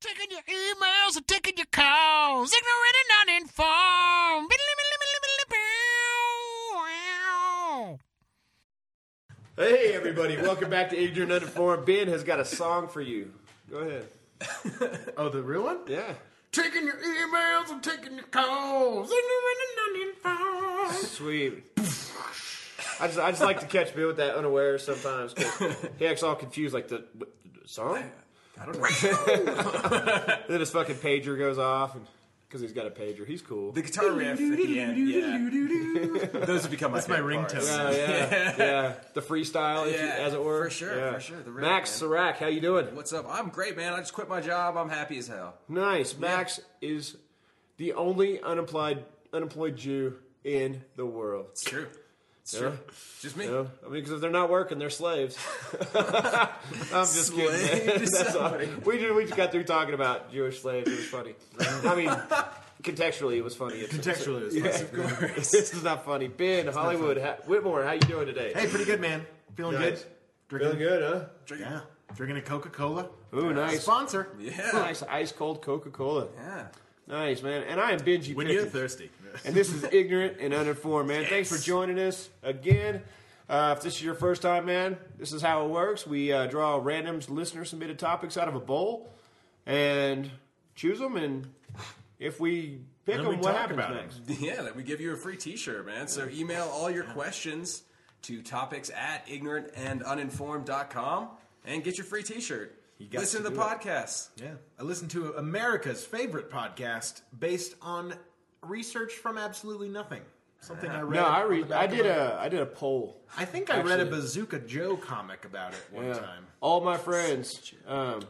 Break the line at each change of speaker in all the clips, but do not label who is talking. Taking your emails and taking your calls. Ignorant and uninformed.
Hey everybody, welcome back to Adrian Uninformed. Ben has got a song for you. Go ahead.
Oh, the real one?
Yeah.
Taking your emails and taking your calls.
Sweet. I just, I just like to catch Ben with that unaware sometimes. 'cause He acts all confused, like the what, song.
I don't know.
Then his fucking pager goes off, and because he's got a pager, he's cool.
The guitar riff at the end, yeah. Those have become
my
my favorite
ringtone.
parts.
Oh, yeah, yeah, the freestyle, if you,
Yeah,
as it were.
for sure,
Yeah.
for sure, the rhythm,
Max
man.
Serac, how you doing?
What's up? I'm great, man. I just quit my job. I'm happy as hell.
Nice. Max is the only unemployed unemployed Jew in the world.
It's true. It's
Yeah.
true. Just me.
You know? I mean, because if they're not working, they're slaves. I'm just kidding. man. That's all. We just, we just got through talking about Jewish slaves. It was funny. I mean, contextually, it was funny. It's,
Contextually, it's fine.
this is not funny. Ben, Hollywood, ha- Whitmore, how you doing today?
Hey, pretty good, man. Feeling
Nice.
good.
Feeling good, huh?
Yeah. Drinking a Coca Cola.
Ooh, nice.
Sponsor.
Yeah.
Nice ice cold Coca Cola.
Yeah.
Nice, man. And I am Benji
When
Pickens.
you're thirsty.
and this is ignorant and uninformed man thanks for joining us again uh, if this is your first time man this is how it works we uh, draw random listener submitted topics out of a bowl and choose them and if we pick
Then
them
we
what
talk
happens
about
next
Yeah, that we give you a free t-shirt, man. So email all your questions to topics at ignorantanduninformed.com and get your free t-shirt.
got
Listen
to
to the
do it.
podcast.
Yeah. I listened to America's favorite podcast based on research from absolutely nothing. Something I read.
no i
on the
read
back
i
of
did a i did a poll
I think I read a
actually-
Bazooka Joe comic about it one
Yeah.
time.
all my friends um,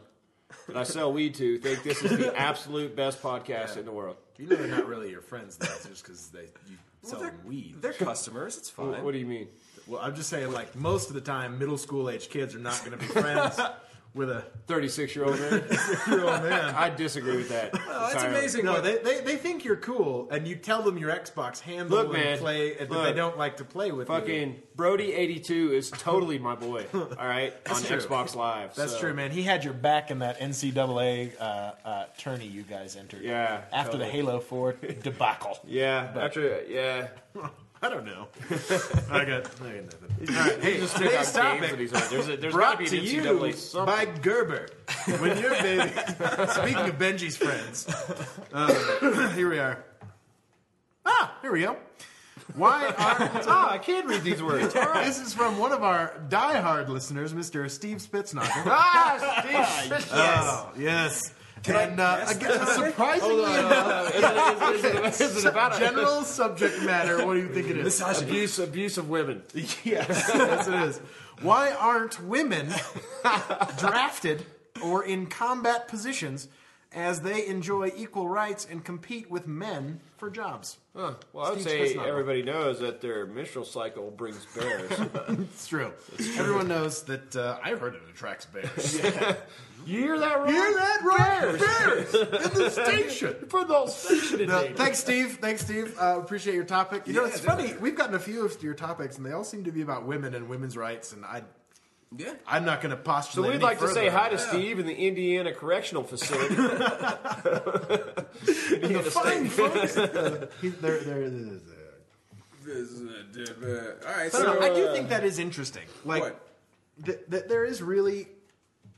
that i sell weed to think this is the absolute best podcast in the world
You know they're not really your friends, though. It's just because they you sell
they're-
them weed.
They're customers. It's fine.
what do you mean
Well, I'm just saying, like most of the time, middle school age kids are not going to be friends with a
36 year old man
real man.
i disagree with that
oh, it's
entirely.
amazing.
No,
what-
they, they they think you're cool, and you tell them your Xbox handle
Look,
and
man,
play, and that
look.
they don't like to play with. you.
Fucking Brody eighty two is totally my boy. All right, on
true.
Xbox Live.
That's
so-
true, man. He had your back in that NCAA uh, uh, tourney you guys entered.
Yeah,
after
totally.
the Halo 4 debacle.
Yeah, after yeah,
I don't know. I got, I got nothing. All right, hey,
check out games
today's
that
topic
he's on. There's a, there's
brought
gotta be
to
an
you
NCAA something.
by Gerber. When you're baby. Speaking of Benji's friends, uh, here we are. Ah, here we go. Why are
Oh, I can read these words. All right.
This is from one of our diehard listeners, Mr. Steve Spitznaker.
Ah, Steve.
Oh, yes. and uh, again, surprisingly,
Is it- is it- is it about a-
general subject matter. What do you think it is?
Misogyny.
abuse abuse of women?
Yes, yes, it is. Why aren't women drafted or in combat positions as they enjoy equal rights and compete with men for jobs?
Huh. Well, I would
Steve
say
Spitznagle.
everybody knows that their menstrual cycle brings bears.
It's true. Everyone knows that uh, I heard it attracts bears.
you hear that, Ron?
Hear that, Ryan? Bears in the station.
For the whole station
No,
today.
thanks, Steve. Thanks, Steve. Uh, appreciate your topic. You know,
Yeah,
it's
dude.
funny. We've gotten a few of your topics, and they all seem to be about women and women's rights. And I,
yeah.
I'm not going to postulate.
So we'd
any
like to
further.
say hi to Steve in the Indiana Correctional Facility.
And the fine folks. uh, he- they're- they're- they're- they're-
All right,
But no,
so uh,
I do think that is interesting. Like,
What?
Th- th- there is really.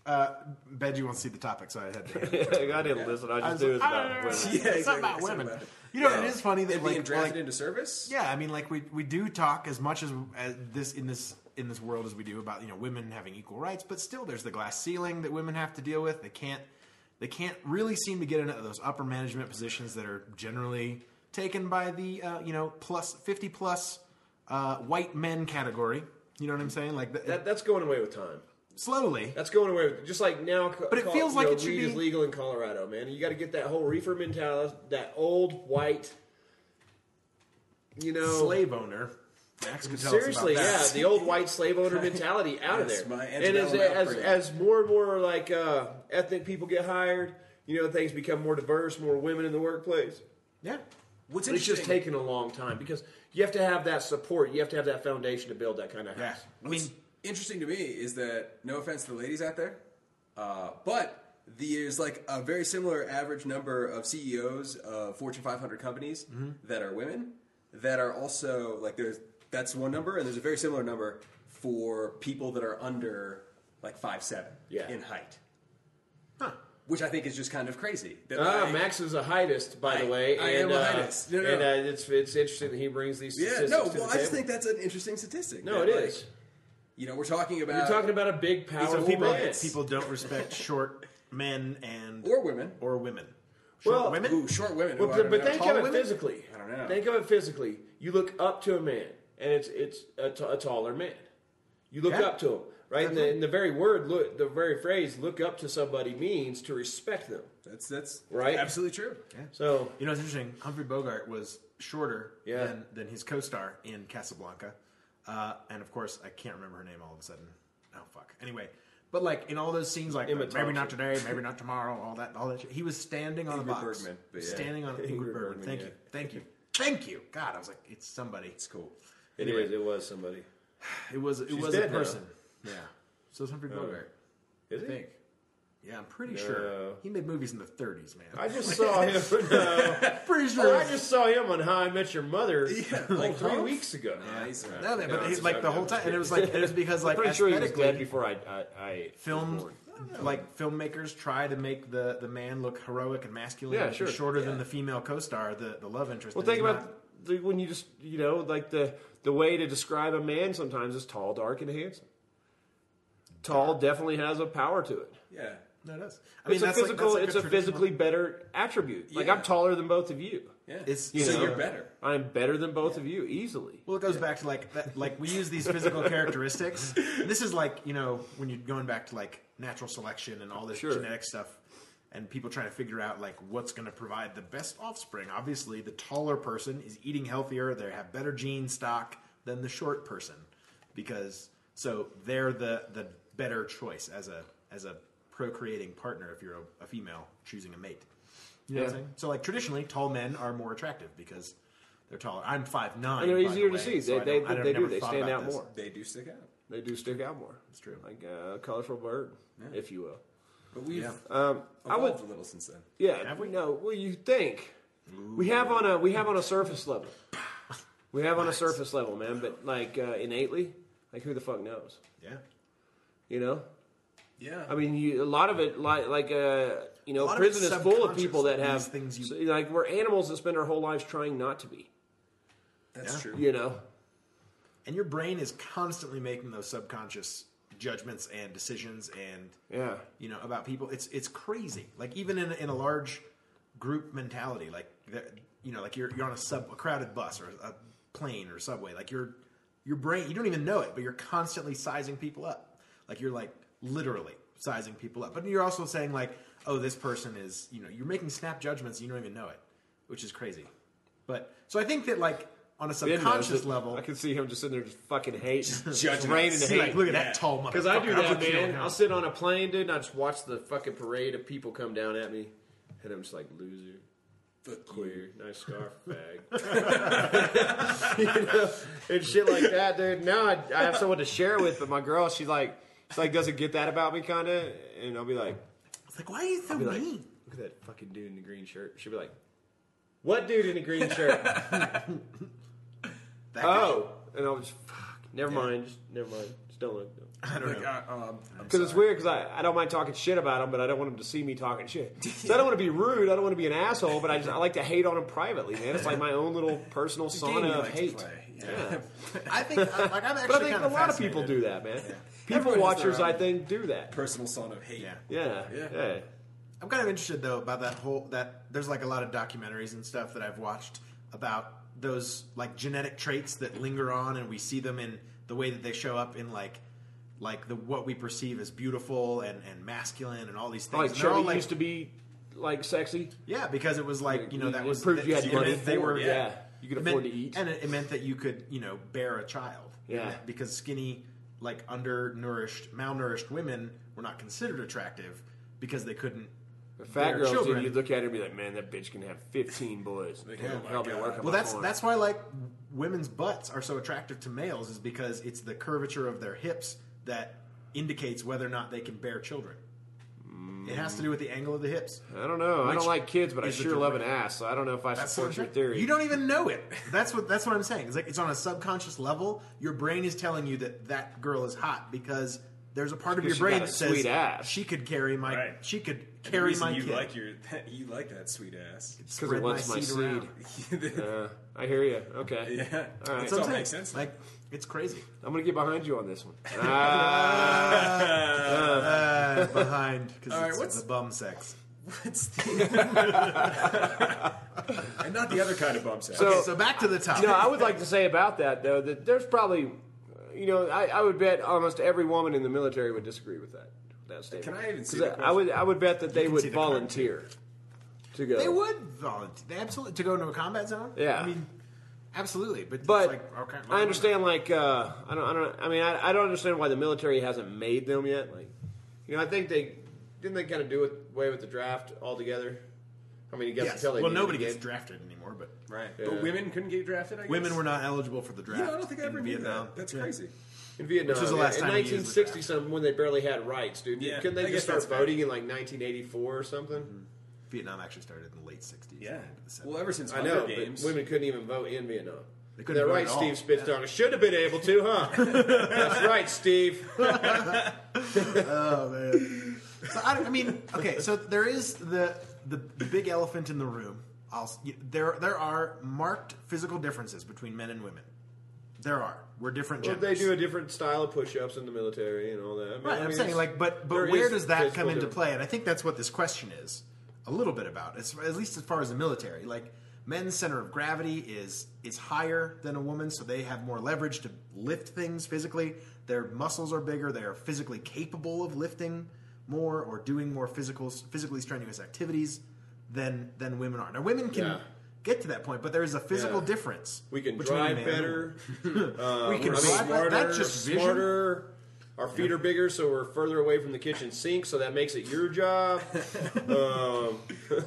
Uh, Benji wants to see the topic, so I had to.
I didn't listen. I "Ah." just
was
do it.
like,
about
"Arr."
women.
yeah,
It's not
exactly.
about
It's
women.
about it.
You know, it is funny that,
And Uh, being
like-
drafted
like-
into service.
Yeah, I mean, like we we do talk as much as, as this in this in this world as we do about you know women having equal rights, but still there's the glass ceiling that women have to deal with. They can't they can't really seem to get into those upper management positions that are generally taken by the uh, you know plus fifty plus uh, white men category. You know what I'm saying? Like th-
That, that's going away with time.
slowly.
That's going away. With, just like now,
But it feels like it should
weed
be-
is legal in Colorado, man. You got to get that whole reefer mentality, that old white, you know,
slave owner. Max could tell us about
Seriously,
that.
yeah, the old white slave owner mentality out of
Yes,
there.
my
And as,
antebellum
as
upbringing.
as more and more like uh, ethnic people get hired, you know, things become more diverse, more women in the workplace.
Yeah.
What's
It's
interesting?
just taken a long time because you have to have that support, you have to have that foundation to build that kind of house.
Yeah. I mean,
interesting to me is that no offense to the ladies out there, uh, but there's like a very similar average number of CEOs of Fortune 500 companies
Mm-hmm.
that are women that are also like there's that's one number and there's a very similar number for people that are under like five seven
Yeah.
in height. Which I think is just kind of crazy. That,
Ah,
like-
Max is a heightist, by
I-
the way.
I am
and,
a
uh,
heightist. No, no,
and
no.
uh, it's it's interesting that he brings these
Yeah,
statistics
no,
to the
well, I just
table.
think that's an interesting statistic.
no,
that,
it
like, uh,
is.
You know, we're talking about
You're talking about a big,
So
powerful
people,
man.
people don't respect short men and
or women.
or women. Short
Well,
women.
Ooh, short women.
Well,
Ooh, I
but,
don't
but
know.
think
Tall
of it
women?
physically.
I don't know.
Think of it physically. You look up to a man, and it's it's a, t- a taller man. You look
Yeah.
up to him, right? And the, and the very word, look, the very phrase, "look up to somebody" means to respect them.
That's that's
Right?
Absolutely true.
So
You know, it's interesting. Humphrey Bogart was shorter
Yeah.
than, than his co-star in Casablanca, uh, and of course, I can't remember her name all of a sudden. Oh fuck. Anyway, but like in all those scenes, like
Emma
maybe not
Thompson.
today, maybe not tomorrow, all that, all that. Shit. He was standing on a
Ingrid
box,
Bergman, but yeah.
standing on Ingrid,
Ingrid
Bergman.
Bergman,
Thank
yeah.
you, thank you, thank you. God, I was like, it's somebody.
It's cool.
it is. It was somebody.
It was it was a
dead now.
person. Yeah. So it's Humphrey Bogart.
Is
I
it?
think. Yeah, I'm pretty sure
No.
he made movies in the 30s, man.
I just saw him. No,
pretty
Oh, I just saw him on How I Met Your Mother
Yeah,
like
like
three
Humph?
weeks ago.
Nice.
No,
No,
but
it's
he's
a
like
joke.
the whole time, and it was like it was because like
Pretty sure he was dead
aesthetically,
before I I, I
film like filmmakers try to make the the man look heroic and masculine.
Yeah,
and
sure.
Shorter
Yeah.
than the female co-star, the the love interest.
Well,
and
think
he's
about the, when you just you know like the the way to describe a man sometimes is tall, dark, and handsome. Tall definitely has a power to it.
Yeah.
not- No, it does. I
it's a
that's like-
physical.
that's like
it's a,
traditional-
physically better attribute. Like
Yeah.
I'm taller than both of you.
Yeah.
It's-
so
you know.
you're better.
I'm better than both of you easily.
Well, it goes back to like that, like we use these physical characteristics. This is like you know when you're going back to like natural selection and all this
Sure.
genetic stuff, and people trying to figure out like what's going to provide the best offspring. Obviously, the taller person is eating healthier; they have better gene stock than the short person because so they're the the better choice as a as a procreating partner if you're a, a female choosing a mate. You know what I'm
Yeah.
saying? So like traditionally, tall men are more attractive because. They're taller. I'm five nine
And they're
by
easier
the
to
way,
see. They
so I
they,
don't- I don't-
they do.
never
They
thought
stand
about
out
this.
more.
They do stick out.
They do stick out more. It's
true.
Like a colorful bird, if you will.
But we've
Um, I would.
evolved a little since then.
Yeah, we know. Well, you think we have on a we have on a surface level. We have on a surface level, man. But like uh, innately, like who the fuck knows?
Yeah.
You know,
Yeah.
Um,
I mean, you, a lot of it, like, like uh, you know,
lot of
prison
it's
is full of people that
subconscious,
have
these things you-
so, like we're animals that spend our whole lives trying not to be.
that's
yeah.
true.
You know,
And your brain is constantly making those subconscious judgments and decisions and
yeah,
you know about people. It's it's crazy. Like even in in a large group mentality, like that- you know, like you're you're on a sub a crowded bus or a plane or subway. Like your your brain, you don't even know it, but you're constantly sizing people up. Like you're like literally sizing people up. But you're also saying like, oh, this person is you know you're making snap judgments. And you don't even know it, which is crazy. But so I think that like on a
Ben knows
subconscious
it.
level,
I can see him just sitting there, just fucking hating,
Judging
raining
us.
hate.
See, like, look at that
Yeah.
tall motherfucker.
Because I do
I'm
that,
looking at
man.
him.
I'll sit on a plane, dude, and I just watch the fucking parade of people come down at me, and I'm just like, loser,
Fuck you.
queer, nice scarf, fag. you know? And shit like that, dude. Now I, I have someone to share with, but my girl, she like, she like doesn't get that about me, kind of. And I'll be like,
It's like, why are you so
be like,
mean?
look at that fucking dude in the green shirt. She'll be like, what dude in the green shirt?
That
oh. And I'll just, fuck, never mind. Just, never mind. Just don't look. Don't.
guy- I don't
Like,
know.
uh, um, I'm
Because it's
sorry.
weird because I, I don't mind talking shit about him, but I don't want him to see me talking shit. So I don't want to be rude. I don't want to be an asshole, but I just I like to hate on him privately, man. It's like my own little personal
Game you
sauna of
like to
hate.
play. Yeah.
I think, I- like, I'm actually
But I think a
kinda
lot of people
fascinated.
do that, man.
Everyone
People
has
watchers,
their
I
own-
think, do that.
Personal son of hate.
uh, Yeah.
Yeah,
Yeah.
yeah.
I'm kind of interested though about that whole that there's like a lot of documentaries and stuff that I've watched about those like genetic traits that linger on and we see them in the way that they show up in like like the what we perceive as beautiful and, and masculine and all these things.
Like
And they're all,
Chubby used to be like sexy.
yeah, because it was like you know that
It
was
proved
that-
you had
it
money.
meant they were
yeah. you could
It
afford
meant-
to eat.
and it, it meant that you could, you know, bear a child.
Yeah.
And that- because skinny, like undernourished, malnourished women were not considered attractive because they couldn't.
Fat
their
girls,
children-
dude, you look at her and be like, man, that bitch can have fifteen boys.
Like,
Damn,
oh my
help me
God.
work on
uh, Well,
my
that's
farm.
that's why like women's butts are so attractive to males is because it's the curvature of their hips that indicates whether or not they can bear children. It has to do with the angle of the hips.
I don't know. I
Which
don't like kids, but I
is the
sure love an
direct-
ass. So I don't know if I support
what
your
I'm saying.
theory.
You don't even know it. That's what that's what I'm saying. It's like it's on a subconscious level. Your brain is telling you that that girl is hot because there's a part of your
Because she
brain
got a
that says
sweet ass.
she could carry my
Right.
she could
And the
carry
reason
my
you
kid.
like your you like that sweet ass.
because it
Spread
wants my seed.
around.
Uh, I hear you. Okay.
yeah,
All right.
It's
That's what I'm
all
saying.
makes sense.
Like it's crazy.
I'm gonna get behind you on this one. Ah,
Uh, behind because
All right,
it's
what's-
the bum sex.
What's the- and not the other kind of bump sex.
So-
Okay, so back to the top.
you know, I would like to say about that though that there's probably, uh, you know, I, I would bet almost every woman in the military would disagree with that. That statement.
Can I even see
'Cause
the
I, I
question?
would. I would bet that they
can see
would
the card,
volunteer to go.
They would volunteer. They absolutely to go into a combat zone.
Yeah.
I mean, absolutely. But,
But
it's like, okay, well,
I understand, like, uh, I don't, I don't, I mean, I, I don't understand why the military hasn't made them yet. Like, you know, I think they didn't they kind of do it away with the draft altogether. I mean, you guys
Yes.
tell they
Well,
needed
nobody
to
gets
get-
drafted anymore, but
right,
Yeah.
but women couldn't get drafted. I guess?
women were not eligible for the draft.
You know, I don't think I
in
ever knew
Vietnam.
that. That's
Yeah.
crazy.
in Vietnam.
Which was the
yeah,
last
in
time you used the
1960
draft.
something when they barely had rights, dude.
Yeah,
Couldn't
I
they
guess
just start
that's fair.
voting in like 1984 or something?
Mm-hmm. Vietnam actually started in the late '60s.
Yeah.
and into the 70s.
Well, ever since
I
Hunger
know,
Games,
but women couldn't even vote in Vietnam.
They couldn't
They're
vote
right,
at all.
Steve Spitzdogger. Should have been able to, huh? That's right, Steve.
Oh man. So I, don't- I mean, okay. So there is the the, the big elephant in the room. I'll, s- you- there there are marked physical differences between men and women. There are. We're different
Well,
genders.
they do a different style of push-ups in the military and all that. I mean,
Right,
I
I'm
mean,
saying
it's-
like, but
there
but where
is
does that
physical
come into
difference.
play? And I think that's what this question is a little bit about. It's at least as far as the military, like men's center of gravity is is higher than a woman, so they have more leverage to lift things physically. Their muscles are bigger. They are physically capable of lifting more or doing more physical physically strenuous activities than than women are. Now, women can.
Yeah.
Get to that point, but there is a physical
Yeah.
difference.
We can
between
drive
man and
better. uh,
We
we're
can drive-
smarter.
that's just vision.
smarter. Our feet are bigger, so we're further away from the kitchen sink, so that makes it your job. um,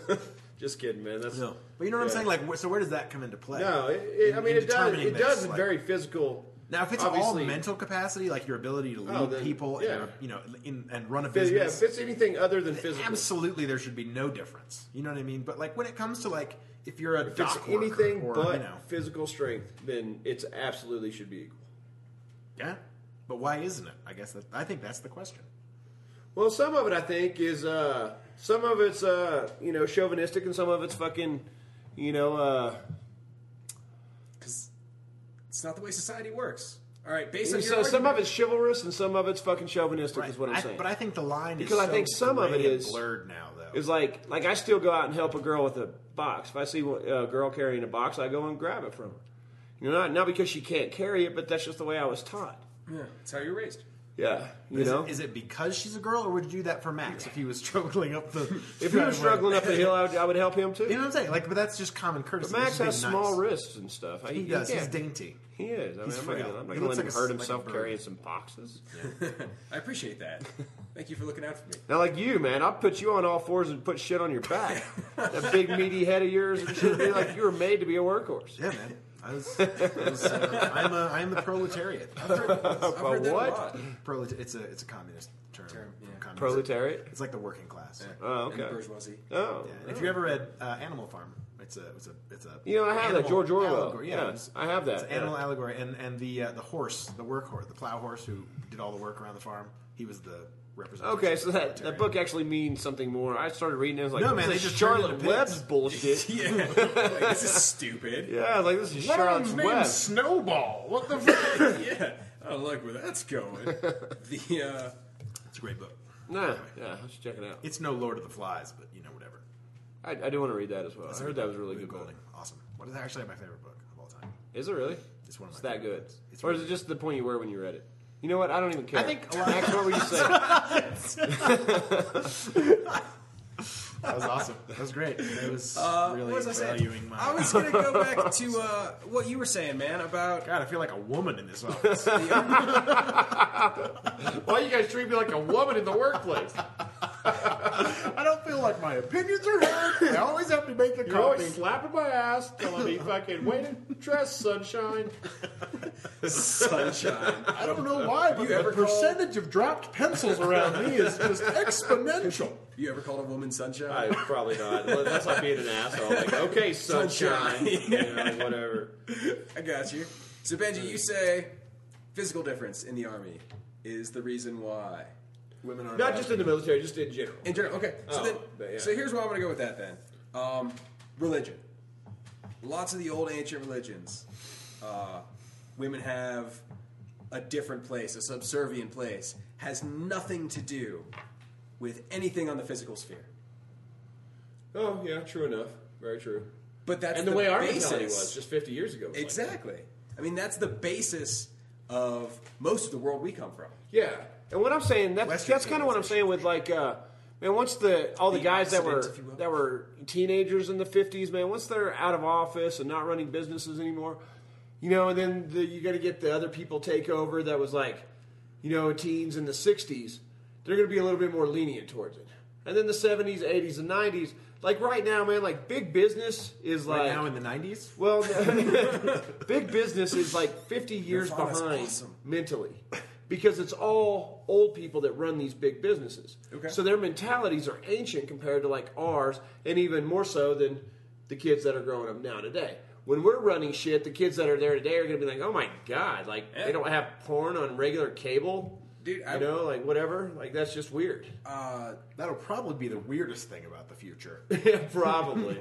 just kidding, man. That's
woman. No, but you know what I'm
Yeah.
saying. Like, wh- so where does that come into play?
no. It, it, I
In-
mean,
in
it does.
determining
It
this,
does in
like-
very physical.
Now, if it's
obviously-
all mental capacity, like your ability to lead
Oh, then,
people,
yeah.
and, your- you know, in, and run a
Yeah, if
business,
it's anything other than physical,
absolutely, there should be no difference. You know what I mean? But like when it comes to like if you're a
if it's
dock worker
anything
or,
but
you know,
physical strength, then it's absolutely should be equal.
yeah. But why isn't it? I guess that I think that's the question.
Well, some of it I think is uh, some of it's uh, you know chauvinistic, and some of it's fucking you know uh,
because it's not the way society works. All right, based
so
on your
some of
argument-
it's chivalrous and some of it's fucking chauvinistic is what I'm
I-
saying.
But I think the line
Because
is
I
so
think some of
gray
it
and
is-
blurred now, though.
it's like like I still go out and help a girl with a box. If I see one- a girl carrying a box, I go and grab it from her. You know, not, not because she can't carry it, but that's just the way I was taught.
yeah, it's how you're raised.
Yeah, you
Is it-
know.
is it because she's a girl, or would you do that for Max if he was struggling up the?
if he was struggling up the hill, I would, I would help him too.
you know what I'm saying? Like, but that's just common courtesy. This
Max
is being
has small
nice.
wrists and stuff. I-
He does.
can't-
He's dainty.
He is. I mean,
He's
I'm not
frail.
gonna, I'm not
He
gonna
looks
let him
like a-
hurt
like a
himself
bird.
carrying some boxes.
I appreciate that. Thank you for looking out for me.
Now, like you, man, I'll put you on all fours and put shit on your back. that big meaty head of yours and shit. Be like you were made to be a workhorse.
Yeah, man. I was, I was uh, I'm, a, I'm the proletariat.
I've heard that a
what?
lot.
Prolet- it's a it's a communist term. from
yeah.
communism.
Proletariat.
It's like the working class. Yeah.
Oh,
And the
okay.
bourgeoisie.
Oh,
And if you ever read uh, Animal Farm, it's a it's a it's a
You know, I have that, George Orwell.
allegory.
Yeah,
it's-
I have that,
It's an animal
yeah.
allegory and and the uh, the horse, the work horse, the plow horse who did all the work around the farm. He was the representative.
okay.
of
So
the
that, that
proletariat.
book actually means something more. I started reading. it. I was like,
No,
this
man,
is
they just turned
Charlotte
into pigs.
Webb's bullshit. yeah.
Yeah, like, this is stupid.
I was like, this is Charlotte's Web.
Snowball. What the fuck?
yeah, I don't like where that's going. the uh,
It's a great book.
No, yeah, I should check it out.
It's no Lord of the Flies, but you know whatever.
I, I do want to read that as well. I heard that was a really
Lou
good. book.
Golding, awesome. What is actually my favorite book of all time?
Is it really?
It's one of my
It's that
favorite
good.
books. It's
or is
really
it just the point you were when you read it? You know what? I don't even care.
I think a lot-
Max, what were you saying?
That was awesome. That was great. That was really
Uh, what was I
valuing
saying?
my.
I was gonna go back to uh, what you were saying, man, about
God, I feel like a woman in this office.
Why you guys treat me like a woman in the workplace?
I don't feel
feel like my opinions are heard. I always have to make the
You're always
copy.
slapping my ass, telling me fucking wait and dress sunshine.
Sunshine.
I don't
uh,
know why, but
You
the
ever call-
percentage of dropped pencils around me is just exponential.
You ever called a woman sunshine?
I probably not. Well, That's not being an asshole. Like, okay, sunshine,
Sunshine.
you know, whatever.
I got you. So Benji, you say physical difference in the army is the reason why women are
Not just in the military, just in general.
in general. Okay, so
Oh,
then,
but yeah.
so here's where I'm going to go with that then. Um, religion. Lots of the old ancient religions, uh, women have a different place, a subservient place, has nothing to do with anything on the physical sphere.
Oh yeah, true enough. Very true.
But that's
and the, way our
basis.
mentality was just 50 years ago. was like that.
exactly. I mean, that's the basis of most of the world we come from.
Yeah, and what I'm saying that's
Western
that's kind of what I'm saying with like, uh, man, once the all the,
The
guys that
Occident,
were
if you will.
that were teenagers in the 50s, man, once they're out of office and not running businesses anymore, you know, and then the, you got to get the other people take over. That was like, you know, teens in the 60s, they're going to be a little bit more lenient towards it. And then the 70s, 80s, and 90s, like right now, man, like big business is like
Right now in the '90s,
well, no. big business is like 50 years
Nirvana's
behind
awesome.
mentally because it's all old people that run these big businesses.
Okay.
So their mentalities are ancient compared to like ours, and even more so than the kids that are growing up now today. When we're running shit, the kids that are there today are going to be like, "Oh my god!" Like
Yeah.
they don't have porn on regular cable,
Dude, I-
you know, like whatever. Like that's just weird.
Uh,
that'll probably be the weirdest thing about the future.
yeah, probably.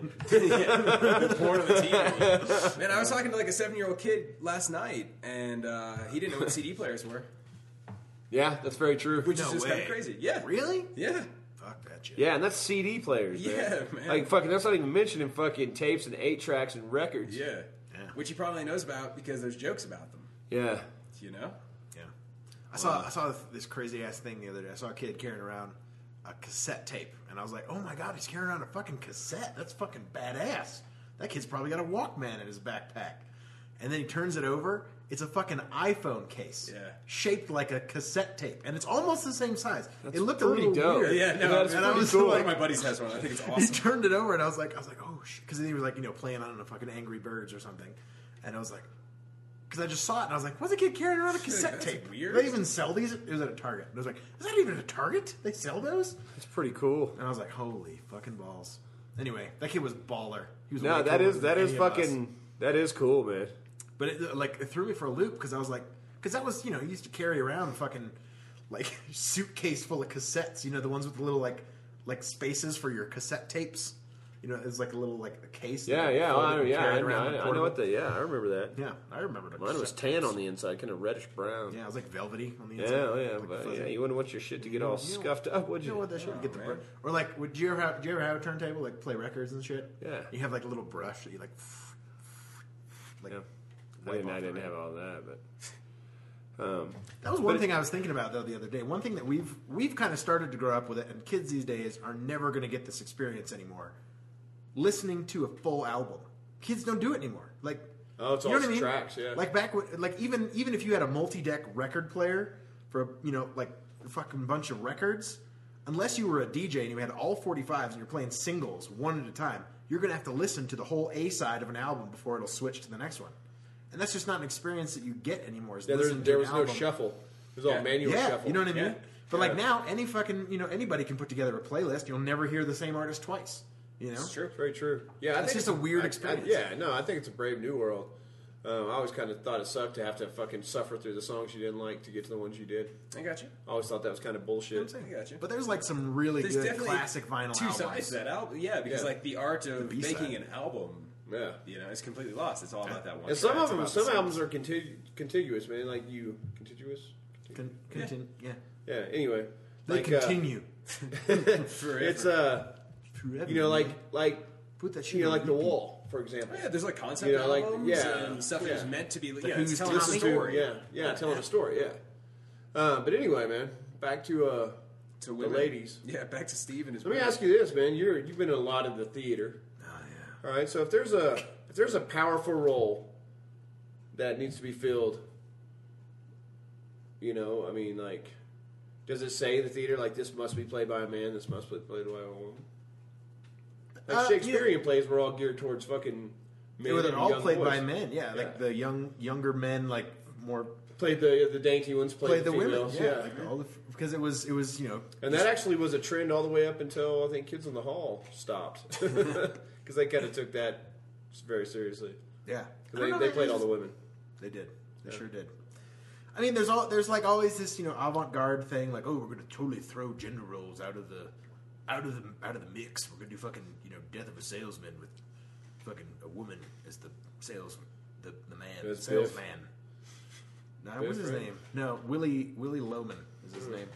born of a teenager. Man, I was talking to like a seven-year-old kid last night, and uh, he didn't know what CD players were,
yeah, that's very true.
which
No
is just
way.
kind of crazy. Yeah,
really?
yeah,
Fuck that shit.
Yeah, and that's CD players.
Yeah, man.
Like fucking, that's not even mentioning fucking tapes and eight tracks and records.
yeah, Which he probably knows about because there's jokes about them.
Yeah.
You know?
Yeah. I saw I saw this crazy ass thing the other day. I saw a kid carrying around a cassette tape, and I was like, "Oh my god, he's carrying around a fucking cassette. That's fucking badass." That kid's probably got a Walkman in his backpack. And then he turns it over. It's a fucking iPhone case,
Yeah.
shaped like a cassette tape, and it's almost the same size. it looked a
pretty
little
dope.
weird.
Yeah, no,
That's
and I
pretty
was
cool.
One of
like,
my buddies has one. I think it's
he
awesome.
turned it over, and I was like, I was like, oh shit, because he was like, you know, playing on a fucking Angry Birds or something, and I was like, because I just saw it, and I was like, what's a kid carrying around a cassette
that's
tape?
weird.
Do they even sell these? It was at a Target, and I was like, is that even a Target? They sell those?
It's pretty cool.
And I was like, holy fucking balls. Anyway, that kid was baller. He was
No,
way
that
cooler
is
than
that is
any of us.
fucking that is cool, man.
But it, like it threw me for a loop because I was like, because that was you know you used to carry around fucking like suitcase full of cassettes, you know the ones with the little like like spaces for your cassette tapes. You know, it's like a little like a case.
Yeah,
that you
yeah,
fold
I,
and
yeah.
carry
I,
it around
I,
the
I know what
portable.
the yeah. I remember that.
Yeah, I remember. the
Mine was
cassette
tan
tapes.
on the inside, kind of reddish brown.
Yeah, it was like velvety on the
Yeah,
inside.
oh, yeah,
like
but
fuzzy.
yeah, you Oh, wouldn't want your shit to get all
You know-
scuffed up, would
You know
you?
what? That shit would get the
man.
brush. Or like, would you ever have? Do you ever have a turntable like play records and shit?
Yeah.
You have like a little brush that you like. Like
Yeah. I
wipe
didn't,
off
I
the
didn't
record.
have all that, but um,
That was one
But it-
thing I was thinking about though the other day. One thing that we've we've kind of started to grow up with it, and kids these days are never going to get this experience anymore. Listening to a full album, kids don't do it anymore. Like,
Oh, it's
you
all
know what I mean?
tracks, yeah.
Like back, when, like even even if you had a multi-deck record player for you know like a fucking bunch of records, unless you were a DJ and you had all forty fives and you're playing singles one at a time, you're going to have to listen to the whole A side of an album before it'll switch to the next one. And that's just not an experience that you get anymore. is
yeah, there's,
listening to
there
an
was no
album.
shuffle. It was all manual
Yeah,
shuffle.
you know what I mean.
Yeah.
But like
Yeah.
now, any fucking you know anybody can put together a playlist. You'll never hear the same artist twice. You know,
Sure.
Very true. Yeah, I
It's
think
just a weird
I- I-
experience.
yeah, no, I think it's a brave new world. Um, I always kind of thought it sucked to have to fucking suffer through the songs you didn't like to get to the ones you did.
I got you.
I always thought that was kind of
I'm
bullshit.
saying.
I gotcha.
But there's like some really
There's
good
definitely
classic vinyl
two
albums.
sides to that album. Yeah, because
Yeah.
like the art of
The B-side.
making an album,
Yeah,
you know, is completely lost. It's all about that one.
and some of
track. It's
them,
about
some
the
albums are contigu- contiguous, man. Like you, contiguous.
Con- continue. Yeah.
Yeah. Anyway,
They
like, uh,
continue.
Forever.
it's uh,
Forever.
you know, like like
Put that shit
you know,
on
like the
repeat.
wall, for example.
yeah, there's like concept
You know, like,
albums
yeah,
and stuff
yeah.
that was meant to be. Like, yeah,
Who's
it's telling a
Listen
Listen to,
story.
yeah, yeah, telling a story, yeah. Uh, but anyway, man, back to uh,
to women.
the ladies.
Yeah, back to Steve and his.
Let me ask you this, man. You're you've been in a lot of the theater.
Oh,
All right, so if there's a if there's a powerful role that needs to be filled, you know, I mean, like, does it say in the theater like this must be played by a man, this must be played by a woman? Like Shakespearean plays were all geared towards fucking men.
Uh, They were
and
all
young
played
boys.
by men. Yeah, like
Yeah.
the young younger men, like more
Played the the dainty ones. Played,
played the women.
females.
Yeah, like all the because it was it was you know
And that actually was a trend all the way up until I think Kids in the Hall stopped because they kind of took that very seriously.
yeah
'Cause They, they played all the women.
They did. They sure did. I mean, there's all there's like always this you know avant-garde thing like oh we're gonna totally throw gender roles out of the out of the out of the mix. We're gonna do fucking you know death of a salesman with fucking a woman as the sales the the man
That's
salesman. Nah, what's
Biff,
his
right? Hmm.
name? No, Willie Willie Loman is his name,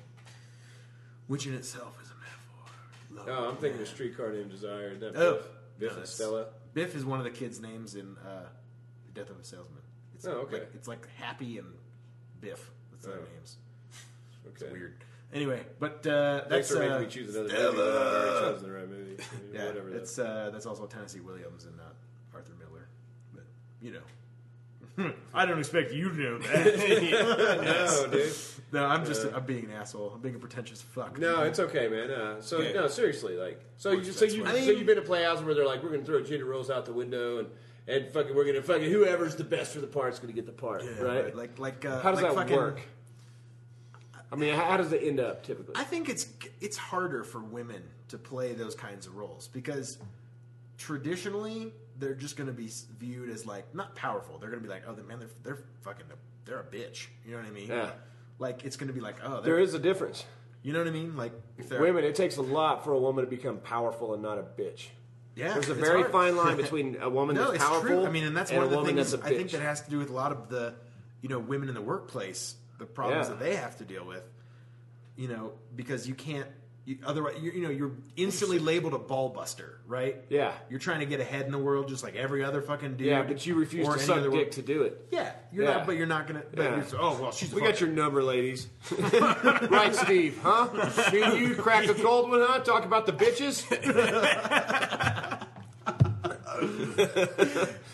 which in itself is a
Oh,
metaphor.
I'm
Loman.
thinking of Streetcar Named Desire. Isn't that
Oh.
Biff, Biff
No,
and
that's-
Stella.
Biff is one of the kids' names in uh, The Death of a Salesman. It's
Oh, okay.
Like, it's like Happy and Biff. That's their
Oh.
names.
Okay.
It's weird. Anyway, but uh,
Thanks
that's
for making
uh,
me choose another
Stella.
movie. when I already chose the right movie.
Yeah,
Whatever. though.
it's uh, that's also Tennessee Williams and not Arthur Miller. But you know, I don't expect you to know that.
no, dude.
no, I'm just I'm being an asshole. I'm being a pretentious fuck.
Uh, No, it's okay, man. Uh, so
Yeah.
no, seriously, like, so you, so you,
I mean-
so you've been to playhouses where they're like, we're gonna throw gender roles out the window and and fucking we're gonna fucking whoever's the best for the part's gonna get the part,
Yeah,
right?
Like like uh,
how does
like
that
fucking-
work? I mean, how, how does it end up typically?
I think it's it's harder for women to play those kinds of roles because traditionally they're just going to be s- viewed as like not powerful. They're going to be like, oh, the man, they're they're fucking they're a bitch. You know what I mean?
Yeah.
Like it's going to be like, oh,
there
they're,
is a difference.
you know what I mean? Like if they're
Women, it takes a lot for a woman to become powerful and not a bitch.
Yeah,
There's a
it's
very
hard.
fine line between a woman
no,
that's
it's
powerful.
true. I mean, and that's one
a
of the
woman
things
that's a
I
bitch.
think that has to do with a lot of the you know women in the workplace, the problems
Yeah.
that they have to deal with. You know, because you can't. You, otherwise, you, you know, you're instantly labeled a ball buster, right?
Yeah.
You're trying to get ahead in the world, just like every other fucking dude.
yeah, but you refuse
or
to
any
suck
other
dick
work-
to do it.
Yeah, you're
Yeah.
not. But you're not gonna. But
Yeah.
you're, so- oh well, she's. a
We got
fuck-
your number, ladies. right, Steve, huh? Dude, you crack a cold one, huh? Talk about the bitches?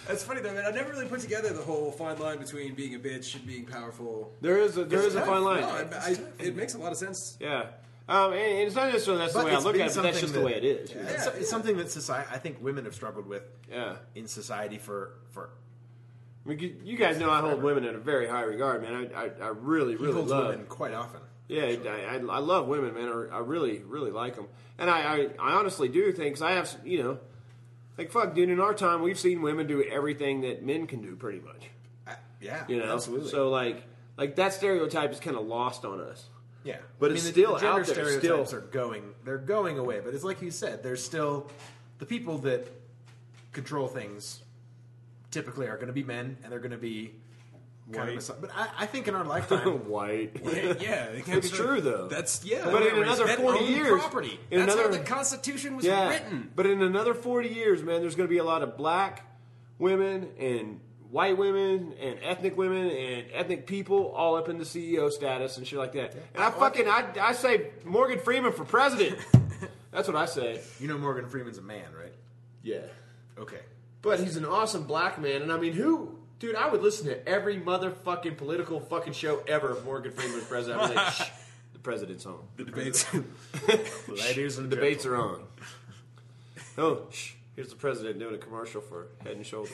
That's funny though, man. I never really put together the whole fine line between being a bitch and being powerful.
There is a, there is a fine
No,
line.
I, I, it makes a lot of sense.
Yeah. Um, and, and it's not necessarily that's the
But
way I
it's
look
been
at it, but that's
something
just the
that-
way it is.
Yeah, it's, it's something that society. I think women have struggled with
Yeah.
in society for for.
I mean, you- you guys know I hold women in a very high regard, man. I, I, I really,
He
really
holds
love.
women quite often.
Yeah, I, I, I love women, man. I, I really, really like them, and I, I, I honestly do think 'cause I have, s- you know, like fuck, dude. In our time, we've seen women do everything that men can do, pretty much.
I- yeah,
You know,
absolutely.
so like, like that stereotype is kind of lost on us.
Yeah,
But it's still
gender
out there,
Stereotypes
still.
are going. They're going away. But it's like you said. There's still the people that control things. Typically, are going to be men, and they're going to be. Kind of
White.
miso- but I, I think in our lifetime,
White.
yeah, it can't
It's
be-
true, though.
That's yeah.
But in
Memories.
another
That
40
owned
years-
property.
in
That's how
another-
the Constitution was
yeah,
written.
but in another forty years, man, there's going to be a lot of black women and white women and ethnic women and ethnic people all up in the CEO status and shit like that. And I fucking, I, I say Morgan Freeman for president. That's what I say.
you know Morgan Freeman's a man, right?
Yeah.
Okay.
But he's an awesome black man, and I mean, who? Dude, I would listen to every motherfucking political fucking show ever if Morgan Freeman was president. I'd be like, shh, the president's home.
The debates.
Ladies and
The debates are on. Oh, shh, here's the president doing a commercial for Head and Shoulders.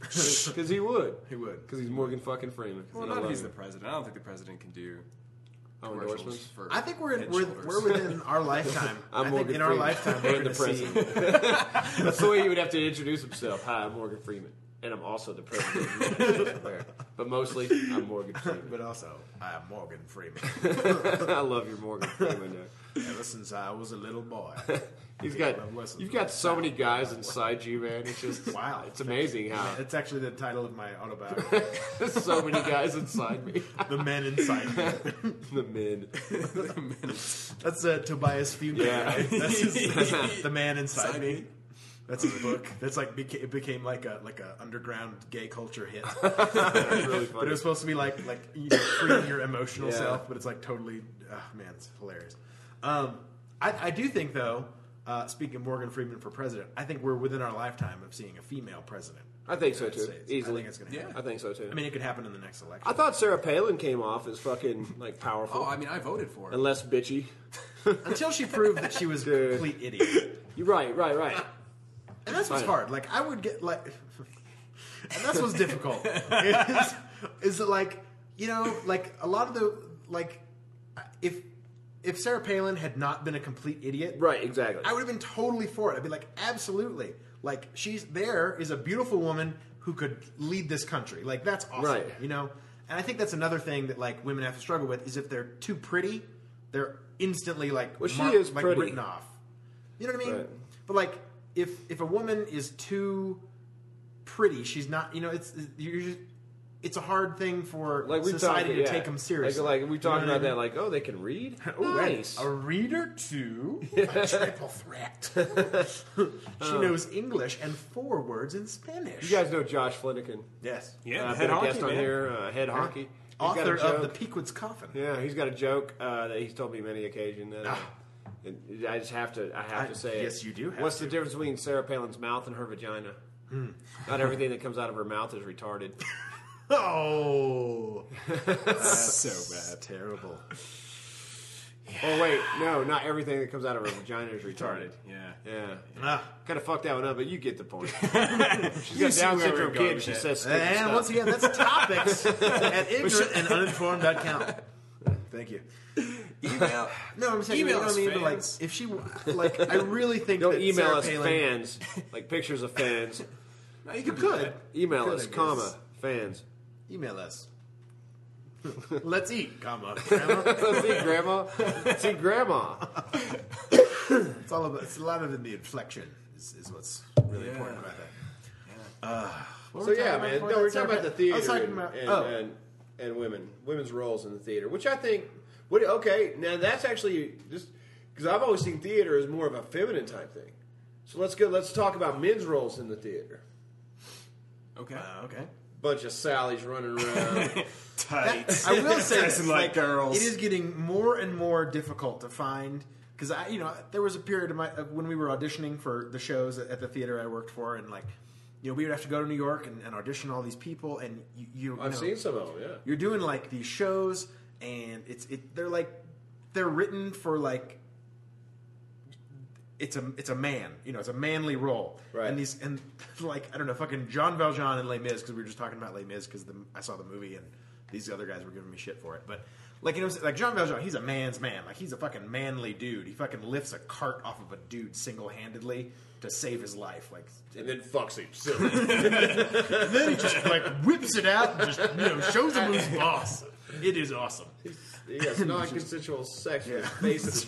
Because he would.
He would.
Because he's Morgan fucking Freeman.
well,
And I
not if
love
he's the
him.
president. I don't think the president can do
Oh,
commercials
endorsements.
for.
I think we're in,
Head
we're,
Shoulders.
we're within our lifetime. i
I'm
think
Morgan
in our
Freeman.
lifetime we're
And
going
the
to see.
president. That's the way he would have to introduce himself. Hi, I'm Morgan Freeman. And I'm also the president. of the United States of America. but mostly, I'm Morgan Freeman.
But also, I'm Morgan Freeman.
I love your Morgan Freeman. Dude.
Ever since I was a little boy,
He's
Yeah,
got
I've listened.
you've got so many guys inside you, man. It's just
Wow.
It's amazing how
Uh, it's actually the title of my autobiography.
there's so many guys inside me.
the men inside me.
the men.
That's uh, Tobias Fugue.
Yeah.
right? That's his, the man inside
Inside
me.
me.
That's his book. That's like beca- it became like a like a underground gay culture hit.
That's really
But it
funny.
was supposed to be like like you know, freeing your emotional
Yeah.
self, but it's like totally oh, man, it's hilarious. Um, I, I do think though, uh, speaking of Morgan Freeman for president, I think we're within our lifetime of seeing a female president.
I think
of
so
the United
too.
States. I
Easily.
think it's gonna happen.
I think so too.
I mean, it could happen in the next election.
I thought Sarah Palin came off as fucking like
Oh,
powerful
Oh, I mean, I voted for him.
and less bitchy.
until she proved that she was a
Dude.
complete idiot.
You're right, right, right.
And that's what's
Fine.
hard. Like I would get like, and that's what's difficult. Is, is that like you know like a lot of the like if if Sarah Palin had not been a complete idiot,
Right, exactly.
I would have been totally for it. I'd be like, absolutely. Like she's there is a beautiful woman who could lead this country. Like that's awesome.
Right.
You know? And I think that's another thing that like women have to struggle with is if they're too pretty, they're instantly like
Well, she is
like
pretty.
written off. You know what I mean?
Right.
But like if if a woman is too pretty, she's not you know, it's you're just it's a hard thing for
like we
society
talked,
to
yeah.
take them seriously.
Like, like we talked
know what
about
I
that. Like, oh, they can read.
Ooh, that
nice.
A reader too.
triple threat. she knows English and four words in Spanish.
You guys know Josh Flanagan.
yes.
uh,
Yeah,
I've
head
been a
hockey,
guest on
man.
here. Uh, head hockey. He's got a
Author of
joke.
the Pequod's Coffin.
Yeah, he's got a joke uh, that he's told me many occasions. That, uh, and I just have to, I have
Ah. I-
to say
yes,
it.
you do have
What's
to. Hmm.
the difference between Sarah Palin's mouth and her vagina? Not everything that comes out of her mouth is retarded.
Oh,
So bad.
terrible.
oh wait, no, not everything that comes out of her vagina is retarded.
Yeah.
Yeah,
Ah.
kind of fucked that one up, but you get the point. She's got a Down
where we're going
syndrome kid.
with
She
that.
says stupid
And
stuff.
once again, that's topics at ignorant and uninformed.com. Thank you.
Email.
No, I'm saying,
Email
you know what
us
I mean? But like,
fans.
if she, like, I really think
Don't
that
email
Sarah
us
Palin,
fans, like pictures of fans.
No, you could do
Good.
that.
Email
Good, I
us,
guess.
comma, fans.
Email us. Let's eat, comma. grandma.
See grandma. See grandma.
It's all about. It's a lot of in the inflection is, is what's really important about that. Uh, what
So
were we
yeah,
talking
man.
about
No,
before
we're
that?
talking about the
I
theater
was talking
and,
about.
and, uh,
oh,
and, and women, women's roles in the theater, which I think, what, okay, now that's actually just because I've always seen theater as more of a feminine type thing. So let's go. Let's talk about men's roles in the theater.
Okay.
uh, okay.
Bunch of Sallys running around.
Tight.
I will say,
Dressing
it's
like girls.
It is getting more and more difficult to find because I, you know, there was a period of my of when we were auditioning for the shows at, at the theater I worked for, and like, you know, we would have to go to New York and, and audition all these people, and you, you, you
I've
know,
seen some of them. Yeah.
you're doing like these shows and it's it they're like they're written for like it's a it's a man you know it's a manly role
Right.
and these and like I don't know fucking John Valjean and Les Mis because we were just talking about Les Mis because I saw the movie and these other guys were giving me shit for it but like you know what I'm saying? like John Valjean he's a man's man like he's a fucking manly dude he fucking lifts a cart off of a dude single handedly to save his life like
And then fucks him. Silly.
then he just like whips it out and just you know shows him who's boss it is awesome.
he has non-consensual sex with his face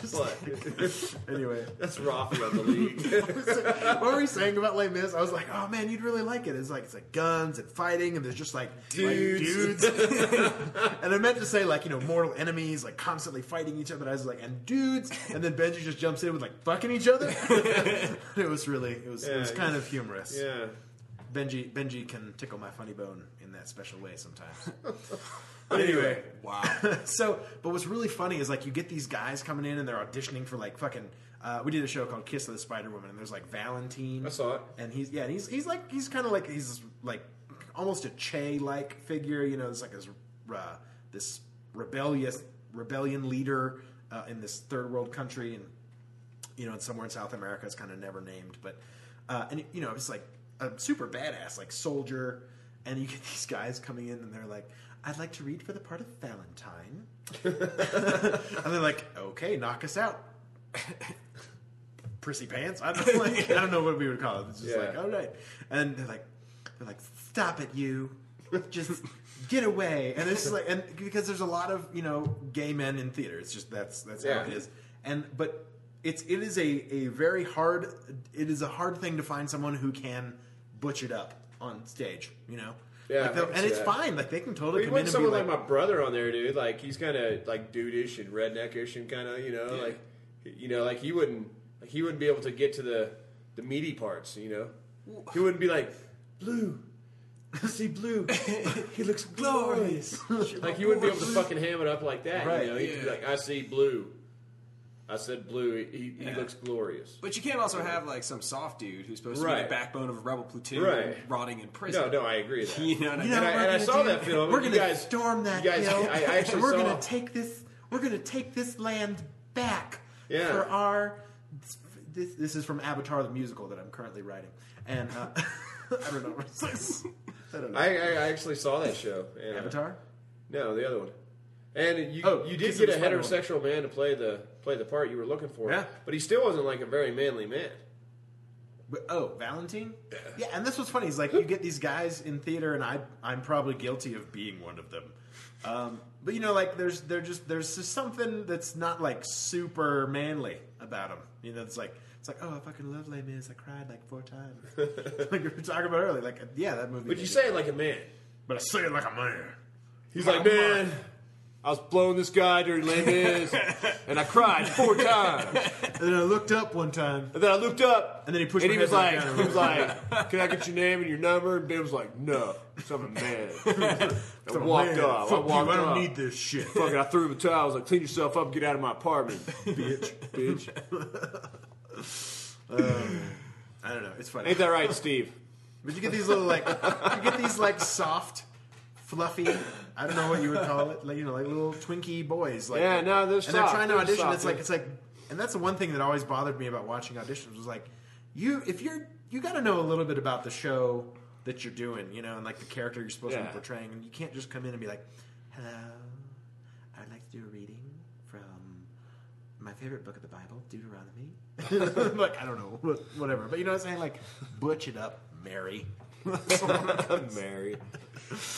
and his butt.
Anyway,
That's Rafa of the league.
what were we saying about Les Mis? I was like, oh man, you'd really like it. It's like it's like guns and fighting, and there's just like like,
Dudes.
dudes. and I meant to say like you know mortal enemies, like constantly fighting each other. But I was like, and dudes, and then Benji just jumps in with like fucking each other. it was really it was it was
Yeah,
kind of humorous.
yeah.
Benji Benji can tickle my funny bone in that special way sometimes. but anyway,
Wow.
so, but what's really funny is like you get these guys coming in and they're auditioning for like fucking. Uh, we did a show called Kiss of the Spider Woman, and there's like Valentine.
I saw it.
and he's yeah, and he's he's like he's kind of like he's like almost a Che like figure, you know, it's like this uh, this rebellious rebellion leader uh, in this third world country, and you know, it's somewhere in South America. It's kind of never named, but uh, and you know, it's like a super badass like soldier, and you get these guys coming in and they're like, "I'd like to read for the part of Valentine," and they're like, "Okay, knock us out." Prissy pants. I don't, like, I don't know what we would call it. It's just
Yeah.
like, all right, and they're like, they're like, stop it, you, just get away. And it's just like, and because there's a lot of you know gay men in theater. It's just that's that's
Yeah.
how it is and but it's it is a a very hard it is a hard thing to find someone who can butch it up on stage you know
Yeah,
Like, they'll-
I can
and
see
it's
that.
fine like they can totally
We
come in
want
and be
someone
like,
like, my brother on there, dude. Like he's kind of like dudeish and redneckish and kind of you know like you know like he wouldn't like he wouldn't be able to get to the the meaty parts. You know, he wouldn't be like blue. I see blue. he looks glorious. like you wouldn't be able to fucking ham it up like that.
Right,
You know, he'd be
yeah.
like, I see blue. I said blue. He, he looks glorious.
But you can't also have like some soft dude who's supposed to be
Right.
the backbone of a rebel platoon
Right.
rotting in prison.
No, no, I agree. With that.
You know what I mean?
you know
and
what
I- and
we're
I
gonna
saw
do?
that film,
we're
and
gonna
you guys-
storm that
you guys-
hill
I- I actually
and we're
saw-
gonna take this we're gonna take this land back
Yeah.
for our this, this is from Avatar the musical that I'm currently writing, and uh, I don't know. I don't know.
I, I I actually saw that show. And, uh,
Avatar.
No, the other one. And you
Oh,
you
Kiss
did
of
get a
the Spider-Man.
heterosexual man to play the play the part you were looking for.
Yeah.
But he still wasn't like a very manly man.
But, oh, Valentine? Yeah, and this was funny. He's like, you get these guys in theater, and I, I'm probably guilty of being one of them. Um, but you know, like there's there just there's just something that's not like super manly about him. You know, it's like it's like oh, I fucking love Les Mis. I cried like four times. like we were talking about earlier. Like yeah, that movie.
But you
made
say it like a man.
me- but I say it like a man.
He's like, man, I was blowing this guy during Les Mis, and I cried four times.
And then I looked up one time.
And then I looked up,
And then he pushed
and he
my
was
head back
like,
down.
he was like, "Can I get your name and your number?" And Ben was like, "No, so I'm a man." I walked
Man,
off. I
Fuck you.
walked
I don't
off.
need this shit.
Fucking, I threw him the towel. I was like, "Clean yourself up. and Get out of my apartment, bitch, bitch."
I don't know. It's funny.
Ain't that right, Steve?
But you get these little like you get these like soft, fluffy. I don't know what you would call it. Like you know, like little Twinkie boys. Like
Yeah, no, they're
and they're
soft.
trying to
They're
audition.
soft,
It's like
yeah.
it's like, and that's the one thing that always bothered me about watching auditions was like, you if you're you got to know a little bit about the show that you're doing, you know, and like the character you're supposed to
Yeah.
be portraying, and you can't just come in and be like, hello, I would like to do a reading from my favorite book of the Bible, Deuteronomy. like I don't know, what- whatever. But you know what I'm saying? Like, butch it up, Mary.
Mary.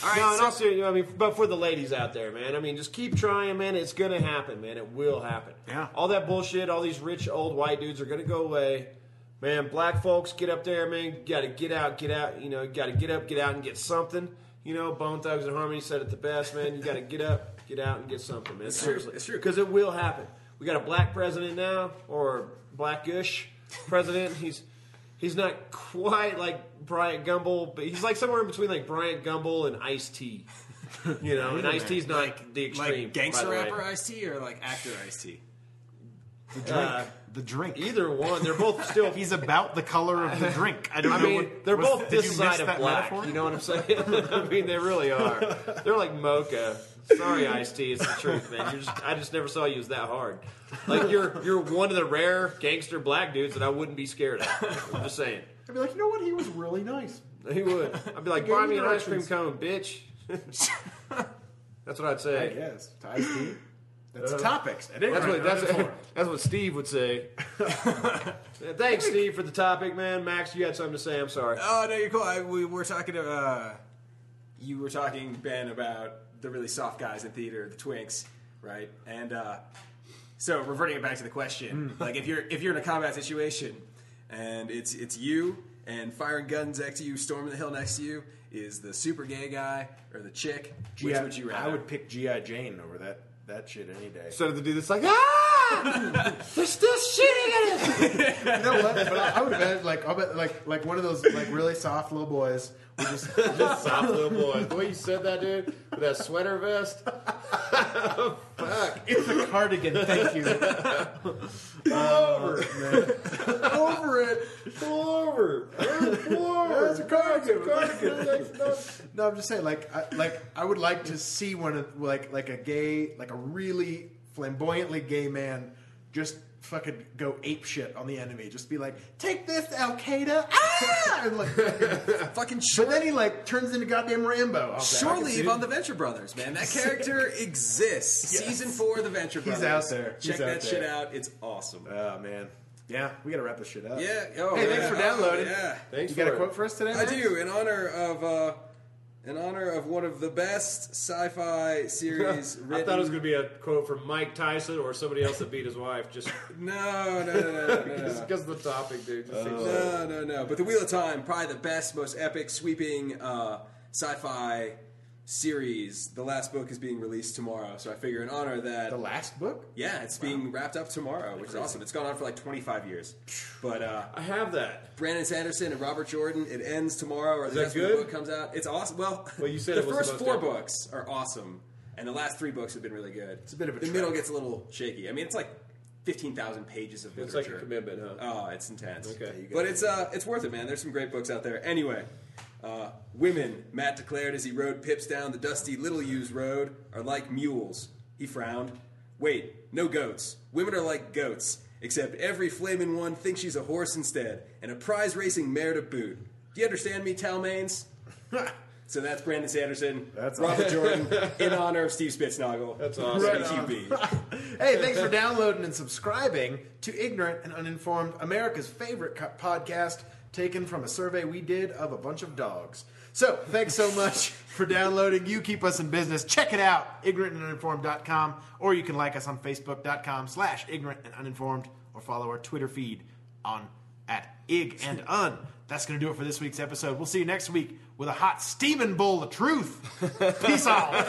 All right, no, and also, you know, I mean, but for the ladies out there, man, I mean, just keep trying, man. It's gonna happen, man. It will happen.
Yeah.
All that bullshit, all these rich old white dudes are gonna go away, man. Black folks, get up there, man. You gotta get out, get out. You know, you gotta get up, get out, and get something. You know, Bone Thugs and Harmony said it the best, man. You gotta get up, get out, and get something, man.
true.
Seriously,
It's true.
because it will happen. We got a black president now, or blackish president. He's he's not quite like Bryant Gumbel, but he's like somewhere in between like Bryant Gumbel and Ice T. You know, and Ice T's not the extreme
like gangster
by the way.
rapper Ice T or like actor Ice T?
The drink.
Uh,
the drink.
Either one, they're both still.
He's about the color of the drink. I don't
I
know.
mean,
what,
they're
what's-
both
did
this
you
side
miss
of
that
black.
metaphor?
You know what I'm saying? I mean, they really are. They're like mocha. Sorry, Ice T. It's the truth, man. You're just, I just never saw you as that hard. Like you're you're one of the rare gangster black dudes that I wouldn't be scared of. I'm just saying.
I'd be like, you know what? He was really nice.
He would. I'd be like,
Give
buy
me
me an ice cream
directions."
cone, bitch. That's what I'd
I
say.
guess. Iced tea. uh, That's topics. At any
That's
rate,
what that's,
that's all.
that's what Steve would say. Thanks, Steve, for the topic, man. Max, you had something to say. I'm sorry.
Oh no, you're cool. I, we were talking to uh, you were talking Ben about the really soft guys in theater, the twinks, right? And uh, so reverting it back to the question, like if you're if you're in a combat situation and it's it's you and firing guns next to you, storming the hill next to you, is the super gay guy or the chick? Which
G.I.
would you
I
rather?
would pick G.I. Jane over that, that shit any day.
Instead of the dude that's like, ah, they're still shooting at us.
you know what? But I, I would have been like, I'll bet, like, like one of those like really soft little boys. Who just,
Just soft little boys. The way you said that, dude, with that sweater vest.
it's a cardigan. Thank you. Um, over, over it.
Pull over. Pull over.
That's a cardigan.
cardigan.
No, I'm just saying, like, I, like I would like to see one of like like a gay, like a really flamboyantly gay man, just fucking go ape shit on the enemy. Just be like, take this, Al Qaeda, ah! And like,
fucking
but
short,
then he like turns into goddamn Rambo.
shore
Surely,
leave on the Venture Brothers, man. That character exists. Season four of the Venture
He's
Brothers.
out there. He's
Check
out
that shit
there.
out. It's awesome.
Oh man, yeah, we gotta wrap this shit up.
Yeah. Oh,
Hey,
yeah.
thanks for
Oh,
downloading.
yeah.
Thanks
You got a
for it.
quote for us today?
I
Max?
do in honor of uh, in honor of one of the best sci-fi series written.
I thought it was going to be a quote from Mike Tyson or somebody else that beat his wife. Just
no, no, no, no, no, no,
because of the topic, dude.
Uh,
Just seems-
no, no, no. But the Wheel of Time, probably the best, most epic, sweeping uh, sci-fi series. The last book is being released tomorrow, so I figure in honor of that.
The last book.
yeah, it's being wrapped up tomorrow, which is awesome. It's gone on for like 25 years. But uh,
I have that.
Brandon Sanderson and Robert Jordan. It ends tomorrow, or the
that
next when the
good?
book comes out. It's awesome. Well,
Well, you said
the
it was the
first
most
four
epic.
books are awesome, and the last three books have been really good. It's
a bit of a
the
trek.
middle gets a little shaky. I mean, it's like fifteen thousand pages of
It's
literature.
like a commitment, huh?
Oh, it's intense.
Okay. You got
but it's uh, it's worth it, man. There's some great books out there. Anyway, uh, women, Matt declared as he rode pips down the dusty, little-used road, are like mules. He frowned. Wait, no goats. Women are like goats. Except every flamin' one thinks she's a horse instead, and a prize racing mare to boot. Do you understand me, Talmains? so that's Brandon Sanderson,
That's
Robert Jordan, in honor of Steve Spitznagel. That's
awesome.
BQB.
Hey, thanks for downloading and subscribing to Ignorant and Uninformed, America's favorite co- podcast taken from a survey we did of a bunch of dogs. So, thanks so much for downloading. You keep us in business. Check it out, ignorantanduninformed.com, or you can like us on facebook.com slash ignorant and uninformed, or follow our Twitter feed on at ig and un. That's going to do it for this week's episode. We'll see you next week with a hot steaming bowl of truth. Peace out.